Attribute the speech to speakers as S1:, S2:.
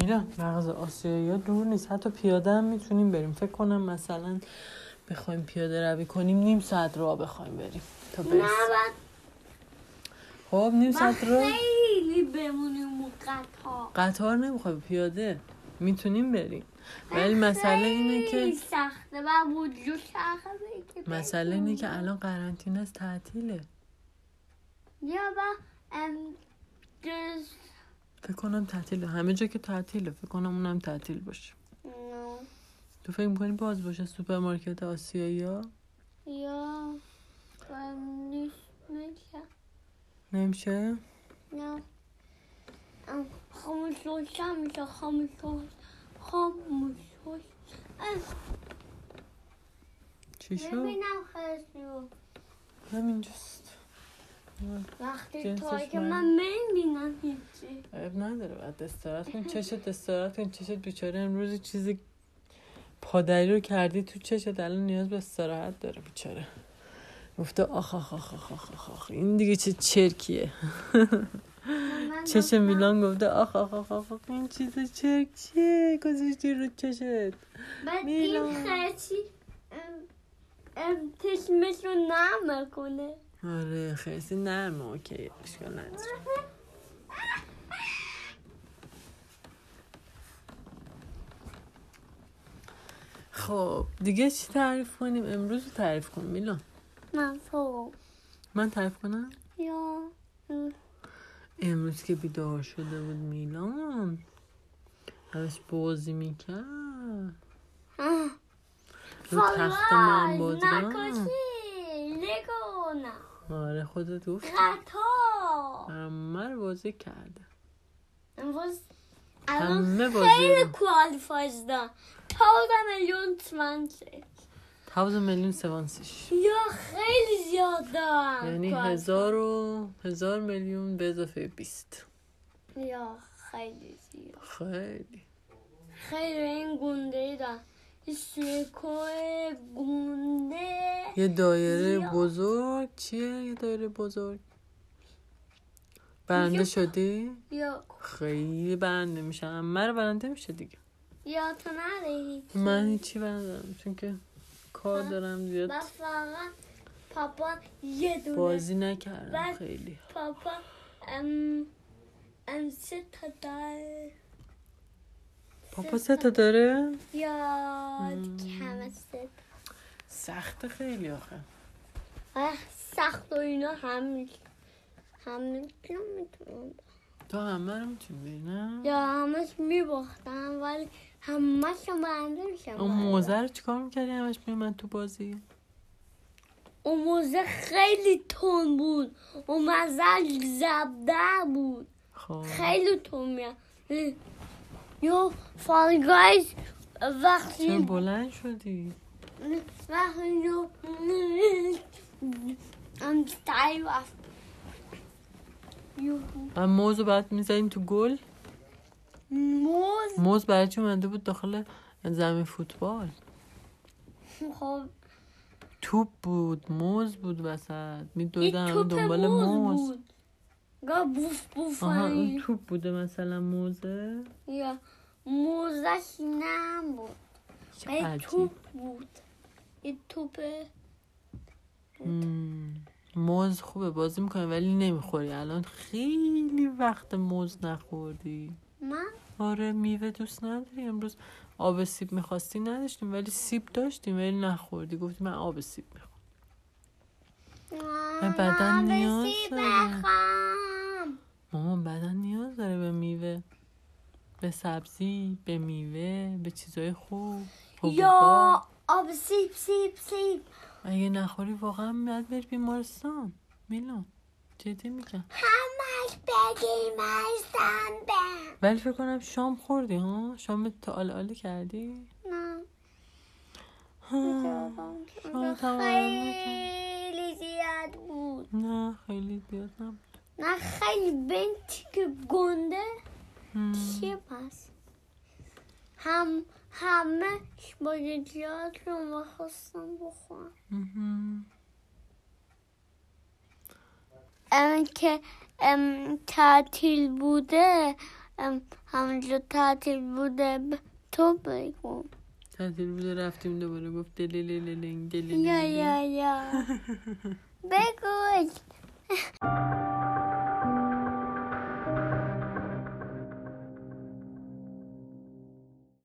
S1: میرم مغز آسیایی دور نیست حتی پیاده هم میتونیم بریم فکر کنم مثلا بخوایم پیاده روی کنیم نیم ساعت راه بخوایم بریم تا
S2: نه
S1: برسیم
S2: بعد
S1: خب نیم
S2: من
S1: ساعت راه
S2: خیلی بمونیم و قطار
S1: قطار نمیخوای پیاده میتونیم بریم
S2: من
S1: ولی مسئله اینه
S2: خیلی
S1: که
S2: سخته من وجود چرخه که
S1: مسئله
S2: بمونیم.
S1: اینه که الان قرنطینه است تعطیله
S2: یا با ام جز
S1: فکر کنم تعطیله همه جا که تعطیله فکر کنم اونم تعطیل باشه
S2: نه.
S1: تو فکر میکنی باز باشه سوپرمارکت آسیایی ها
S2: یا ام نیست نمیشه
S1: نمیشه
S2: نه ام خاموش باش هم میشه خاموش باش خاموش باش ام،
S1: چی شد
S2: ببینم خیلی رو.
S1: همینجاست
S2: وقتی
S1: جنسش
S2: تا که
S1: من-
S2: من میبینم هیچی
S1: عیب نداره بعد استراحت کن چشت استراحت کن چشت بیچاره امروز یه چیزی پادری رو کردی تو چشت الان نیاز به استراحت داره بیچاره گفته آخ آخ آخ آخ آخ آخ, آخ. این دیگه چه چرکیه
S2: من
S1: چش
S2: گفتم،
S1: میلان گفته آخ آخ آخ آخ, آخ. این چیز چرک چیه گذاشتی رو چشت
S2: بعد
S1: میلان.
S2: این خرچی ام، ام، چشمش رو نرم کنه
S1: آره خیلی نرم اوکی اشکال نداره خب دیگه چی تعریف کنیم امروز رو تعریف کن میلان
S2: من فوق
S1: من تعریف کنم
S2: یا ام،
S1: امروز که بیدار شده بود میلان همش بازی میکرد
S2: آه.
S1: رو تخت من بازی
S2: نکشی
S1: کنم.
S2: لگو نه
S1: آره خودت گفت
S2: قطار
S1: همه رو بازی کرده
S2: امروز
S1: همه
S2: الان
S1: بازی
S2: خیلی
S1: رو.
S2: کوالیفایز دارم تا میلیون تومنچه
S1: تاوز میلیون سوانسش
S2: یا خیلی زیاد دارم
S1: یعنی
S2: qualified.
S1: هزار و هزار میلیون به اضافه بیست
S2: یا خیلی زیاد
S1: خیلی
S2: خیلی این گونده ای دارم یه شکل گونده
S1: یه دایره
S2: زیاد.
S1: بزرگ چیه یه دایره بزرگ برنده
S2: یه-
S1: شدی؟
S2: یا
S1: خیلی برنده میشه همه رو برنده میشه دیگه
S2: یا تو نره هیچی.
S1: من هیچی برندم چون که کار
S2: من-
S1: دارم زیاد
S2: من فقط پاپا یه دونه
S1: بازی نکردم
S2: من-
S1: خیلی
S2: پاپا ام ام سه تا دار
S1: پاپا سه تا داره؟
S2: یاد کم سه تا.
S1: سخت خیلی آخه
S2: آه، سخت و اینا هم می- هم میتونم
S1: تو همه رو میتونی بری نه؟
S2: یا همش میباختم ولی همش رو برنده میشم
S1: اون موزه رو چیکار میکردی همش میومد تو بازی؟
S2: اون موزه خیلی تون بود اون مزل زبده بود
S1: خب
S2: خیلی تون میاد یا فالگایز
S1: چرا
S2: وقتی
S1: بلند شدی؟
S2: وقتی رو ام سعی رفت یهو
S1: و موز رو بعد میزدیم تو گل
S2: موز
S1: موز برای چی اومده بود داخل زمین فوتبال
S2: خب
S1: توپ بود موز بود وسط
S2: یه
S1: میدویدن همه
S2: توپ
S1: دنبال
S2: موز
S1: موز
S2: بود گا بوف بوف
S1: آها
S2: همین.
S1: اون توپ بوده مثلا موزه
S2: یا موزش نم بود
S1: چه
S2: یه
S1: عجیب.
S2: توپ بود یه توپ
S1: مم. موز خوبه بازی میکنه ولی نمیخوری الان خیلی وقت موز نخوردی
S2: من
S1: آره میوه دوست نداری امروز آب سیب میخواستی نداشتیم ولی سیب داشتیم ولی نخوردی گفتی من آب سیب میخوام بدن
S2: من
S1: نیاز
S2: بسی
S1: داره.
S2: بخوام
S1: مامان بدن نیاز داره به میوه به سبزی به میوه به چیزای خوب حبوبات.
S2: یا آب سیب سیب سیب
S1: اگه نخوری واقعا باید بری بیمارستان میلان جدی میگم
S2: همش بگیر مرسم به
S1: ولی فکر کنم شام خوردی ها شام تا آل آلی کردی
S2: نه
S1: ها. شام تا آلی کردی؟
S2: خیلی زیاد بود
S1: نه خیلی زیاد نبود
S2: نه خیلی بنتی که گنده
S1: هم.
S2: چی پس هم همه باجیات رو میخواستم بخورم
S1: مهم.
S2: ام که ام تعطیل بوده همونجا تعطیل بوده ب- تو بگو
S1: تعطیل بوده رفتیم دوباره گفت دلیلیلینگ
S2: یا
S1: دلیلیلینگ
S2: یا یا بگو